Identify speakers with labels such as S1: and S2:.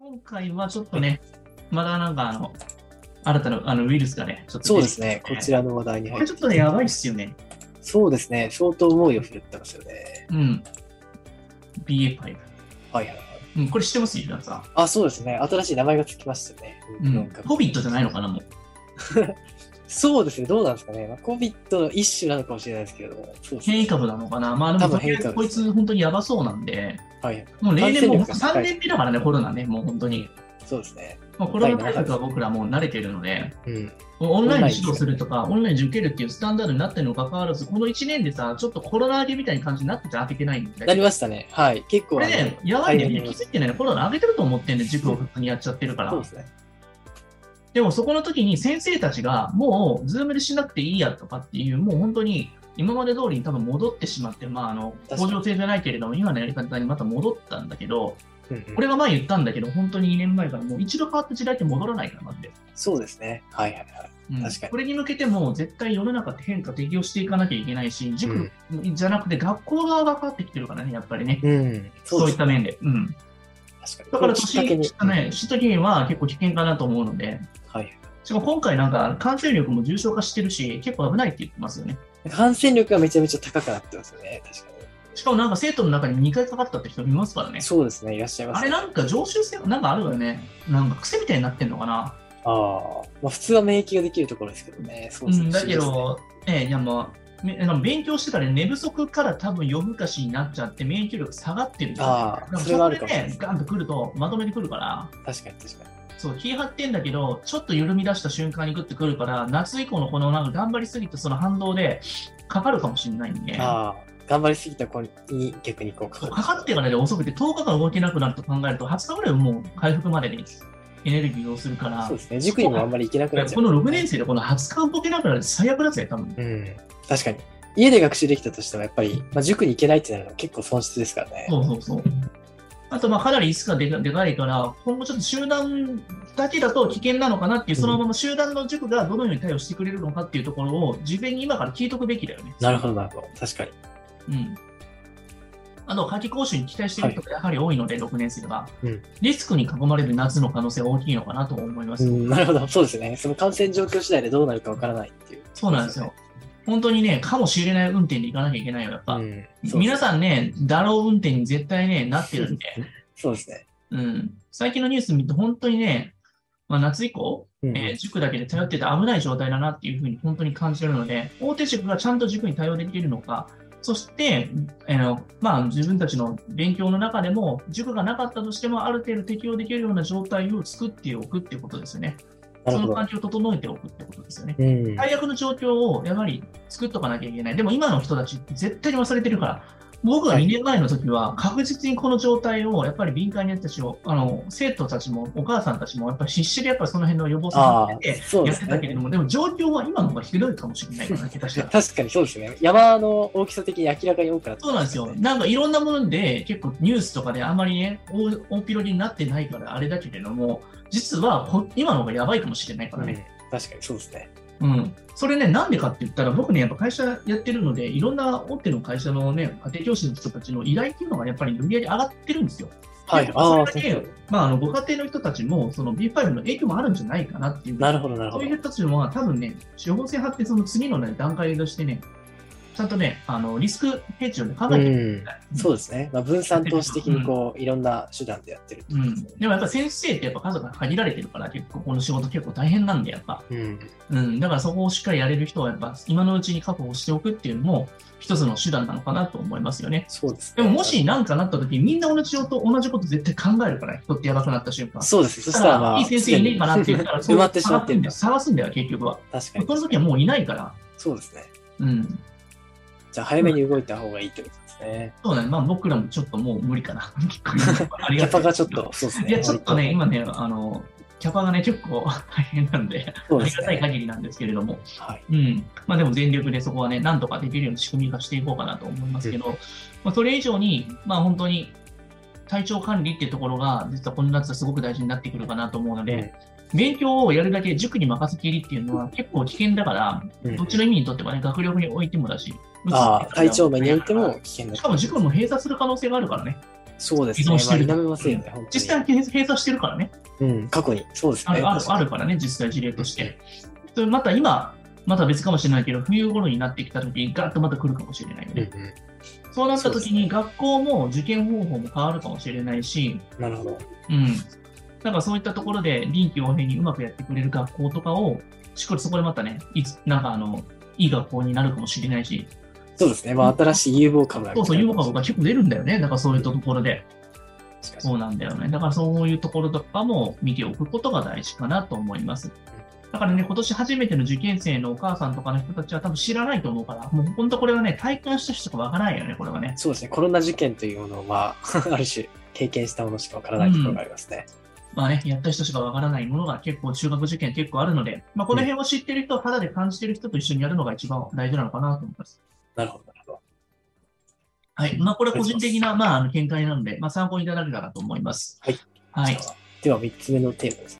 S1: 今回はちょっとね、まだなんかあの、新たなあのウイルスがね、ちょっと
S2: そう
S1: 出て
S2: で
S1: き
S2: す
S1: て
S2: ね、こちらの話題に
S1: こ
S2: 入っ
S1: れ
S2: て
S1: ちょっとね、やばいっすよね。
S2: そうですね、相当猛威を振るってますよね。
S1: うん。BA.5。
S2: はいはいはい。
S1: うん、これ知ってます皆さん。
S2: あ、そうですね、新しい名前がつきましたね。
S1: う
S2: なん
S1: ん。
S2: か
S1: COVID じゃないのかな、もう。
S2: そうですね、どうなんですかね、まあ、COVID の一種なのかもしれないですけれども、そうですね
S1: 変異株なのかな。まあで
S2: 多
S1: も、
S2: 分
S1: とりあえず
S2: 変異
S1: こ
S2: 株
S1: い
S2: ですね
S1: つ本当にやばそうなんで、
S2: はいはい、
S1: もう例年もう
S2: 感染力が高
S1: 3
S2: い
S1: 年目だからね、コロナね、もう本当に。
S2: そうですね。
S1: まあ、コロナ対策は僕らもう慣れてるので、
S2: うん、
S1: オンラインで指導するとか、オンラインで受けるっていうスタンダードになってるにもかかわらず、この1年でさ、ちょっとコロナ上げみたいな感じになってて開けてないん
S2: な
S1: で
S2: り。ましたね、はい、結構
S1: これ
S2: あの
S1: ね、やばいね、
S2: 大
S1: みん
S2: 変
S1: な
S2: で
S1: 気
S2: す
S1: づいてないね、コロナ上げてると思ってんで、塾を普通にやっちゃってるか
S2: そう
S1: ら
S2: で。すね。
S1: でもそこの時に先生たちが、もう、ズームでしなくていいやとかっていう、もう本当に、今まで通りに多分戻ってしまって、まあ、あの、
S2: 確か
S1: 向
S2: に
S1: 上性じゃないけれども、今のやり方にまた戻ったんだけど、
S2: うんうん
S1: 俺が前言ったんだけど、本当に2年前からもう一度変わった時代って戻らないからなんで。
S2: そうですね、はいはいはい。
S1: うん
S2: 確かに
S1: これに向けても絶対世の中って変化適応していかなきゃいけないし、塾じゃなくて学校側が変わってきてるからね、やっぱりね。
S2: うん、
S1: そう
S2: そうで
S1: いっ
S2: す
S1: た面で。うん、だか
S2: 確かに。
S1: ら
S2: これをきっか
S1: 年
S2: けに
S1: 下ね、下期は結構危険かなと思うので、
S2: はい。
S1: しかも今回なんか感染力も重症化してるし、結構危ないって言ってますよね。
S2: 感染力がめちゃめちゃ高くなってますよね、確か
S1: しかもなんか生徒の中に2回かかったって人いますからね
S2: に。。そうですね、いらっしゃいます、
S1: あ
S2: ね。
S1: れなんか常習性なんかあるわよね。なんか癖みたいになってんのかな。
S2: ああ、まあ、普通は免疫ができるところですけどね。そう
S1: う
S2: ですね。
S1: ん、だけど、ええいやまあ、めあの勉強してたら寝不足から多分夜更かしになっちゃって免疫力下がってるんだよね
S2: ああ
S1: でも
S2: それはある
S1: そ
S2: か
S1: こで
S2: もしれない
S1: ね、ガンとくるとまとめてくるから、
S2: 確かに確かに。
S1: そう、気張ってんだけど、ちょっと緩み出した瞬間にグッてくるから、夏以降のこのなんか頑張りすぎてその反動でかかるかもしれないんで、
S2: ああ、頑張りすぎた子に逆にこうか
S1: そう
S2: か
S1: かかってからで遅くて10日間動けなくなると考えると、20日ぐらいもう回復までにエネルギーをするから
S2: そう、ですね。塾にもあんまり行けなくなっちゃ
S1: こ
S2: う。
S1: の6年生でこの20日動けなくなるって最悪だぜ、多分。
S2: うん。確かに。家で学習できたとしても、やっぱり、まあ、塾に行けないってなるのは結構損失ですからね。
S1: そうそうそう。あと、まあ、かなりリスクがでかでかいから、今後ちょっと集団だけだと危険なのかなっていう、そのまま集団の塾がどのように対応してくれるのかっていうところを、事前に今から聞いとくべきだよね。
S2: なるほど、なるほど。確かに。
S1: うん。あと、夏季講習に期待している人がやはり多いので、6年生が、
S2: うん
S1: リスクに囲まれる夏の可能性は大きいのかなと思います。
S2: うん、なるほど。そうですね。その感染状況次第でどうなるかわからないっていう、
S1: そうなんですよ。。本当にね、かもしれない運転で行かなきゃいけないよ、やっ
S2: う
S1: ぱ。
S2: ん。
S1: 皆
S2: ん。
S1: さんね、だろう運転に絶対ね、なってるん で。
S2: そうですね。
S1: うん、最近のニュース見て、本当にね、まあ、夏以降、
S2: うん
S1: えー塾だけで頼ってて危ない状態だなっていうふうに本当に感じてるので、大手塾がちゃんと塾に対応できるのか、そして、えーまあ、自分たちの勉強の中でも、塾がなかったとしても、ある程度適用できるような状態を作っておくっていうことですよね。
S2: な
S1: そ
S2: るほ
S1: の
S2: ど。
S1: 環境を整えておくってことですよね。
S2: うん。
S1: 最悪の状況をやはり作っとかなきゃいけない。でも今の人たちって絶対に忘れてるから、僕が
S2: はい
S1: 2年前の時は確実にこの状態をやっぱり敏感にやったちを、あの、生徒たちもお母さんたちもやっぱり必死でやっぱりその辺の予防策
S2: あ
S1: を
S2: あ
S1: やって、
S2: そう
S1: や
S2: で
S1: って
S2: す
S1: たけれ
S2: ね
S1: ど。も、でも状況は今の方がひどいかもしれない から、下手 したら。
S2: 確かにそうですね。山の大きさ的に明らかに多くなって
S1: そ
S2: ますね
S1: うなんですよ。なんかいろんなもので、結構ニュースとかであまりね、大大広になってないからあれだけれども、実はこ今の方がやばいかもしれないからね。
S2: うん確かにそうですね。
S1: うん、それね、なんでかって言ったら、僕ね、やっぱ会社やってるので、いろんな大手の会社のね、家庭教師の人たちの依頼っていうのがやっぱり売り上げ上がってるんですよ。
S2: はい
S1: で。
S2: ああ、
S1: それだけ、まあ、あのご家庭の人たちも、その B5 の影響もあるんじゃないかなっていう、
S2: なるほど、なるほ
S1: そう
S2: ど
S1: いう。人たちも多分ね、処方箋貼って、その次の、ね、段階としてね、ちゃんとね、あのリスクヘッジを、ね、考
S2: う
S1: えてる、
S2: ん、そうですね。まあ、分散投資的にこう、いろんな手段でやってるって
S1: う
S2: こ
S1: ん
S2: とですね。
S1: でもやっぱ先生ってやっぱ数が限られてるから、結構この仕事結構大変なんで、やっぱ。
S2: うん。
S1: うん、だからそこをしっかりやれる人はやっぱ今のうちに確保しておくっていうのも一つの手段なのかなと思いますよね。
S2: そうです
S1: で
S2: ね。
S1: ももし何かなった時みんな同じこと同じこと絶対考えるから人ってやばくなった瞬間。
S2: そうです。そしたら、まあ、
S1: いい先生いねえかなって言ったら
S2: 埋まってしまってるんだ
S1: 探すんだよ探すんだよ結局は。
S2: 確か
S1: この
S2: に。
S1: 時はもういないから。
S2: そうですね。
S1: うん。
S2: じゃあ、早めに動いた方がいいってことですね。
S1: そうだね。まあ僕らもちょっともう無理かな。 結構あり
S2: キ
S1: が
S2: ャ
S1: た
S2: パ
S1: い
S2: がちょっと、そうですね。
S1: いやちょっとね、今ね、あの、キャパがね、結構 大変なんで、
S2: そう
S1: あ
S2: で
S1: り
S2: す
S1: がたい
S2: ね。
S1: 限りなんですけれども。
S2: はい。
S1: うん。まあでも全力でそこはね、なんとかできるような仕組み化していこうかなと思いますけど、まあそれ以上に、まあ本当に体調管理っていうところが、実はこの夏はすごく大事になってくるかなと思うので、勉強をやるだけ塾に任せきりっていうのは結構危険だから、
S2: うん
S1: どっちの意味にとってもね、学力においてもだし、
S2: ああ、体調面においても危険だ
S1: しかも塾も閉鎖する可能性があるからね。
S2: そうですね。
S1: 依存してる
S2: まあ否めませんよね、本当に
S1: 実際、閉鎖してるからね。
S2: うん、過去に。そうです
S1: あ
S2: ね。
S1: るあるあるからね、実際事例として。でまた今、また別かもしれないけど、冬頃になってきた時にガッとまた来るかもしれないよ
S2: うんう
S1: ね。
S2: ん。
S1: そうなった時
S2: そうです
S1: に
S2: ね
S1: 学校も受験方法も変わるかもしれないし、
S2: なるほど。
S1: うん。なんかそういったところで臨機応変にうまくやってくれる学校とかを、しっかりそこでまたね、いつなんかあの、いい学校になるかもしれないし、
S2: そうですね。まあ、新しい有望株が
S1: そうそう、ユーモアが結構出るんだよね。だからそういったところで。
S2: 確かに
S1: そうなんだよね。だからそういうところとかも見ておくことが大事かなと思います。だからね、今年初めての受験生のお母さんとかの人たちは多分知らないと思うから、もう本当これはね、体感した人しかわからないよね、これはね。
S2: そうですね。コロナ事件というものを、ま あ、ある種、経験したものしかわからないところがありますね。
S1: まあね、やった人しかわからないものが結構中学受験結構あるので、まあこの辺を知ってる人、肌で感じてる人と一緒にやるのが一番大事なのかなと思います。
S2: なるほど、なるほど。
S1: はい。まあこれ個人的な、まああの見解なので、まあ参考にいただけたらと思います。
S2: はい。
S1: はい
S2: じゃ。あでは、3つ目のテーマです。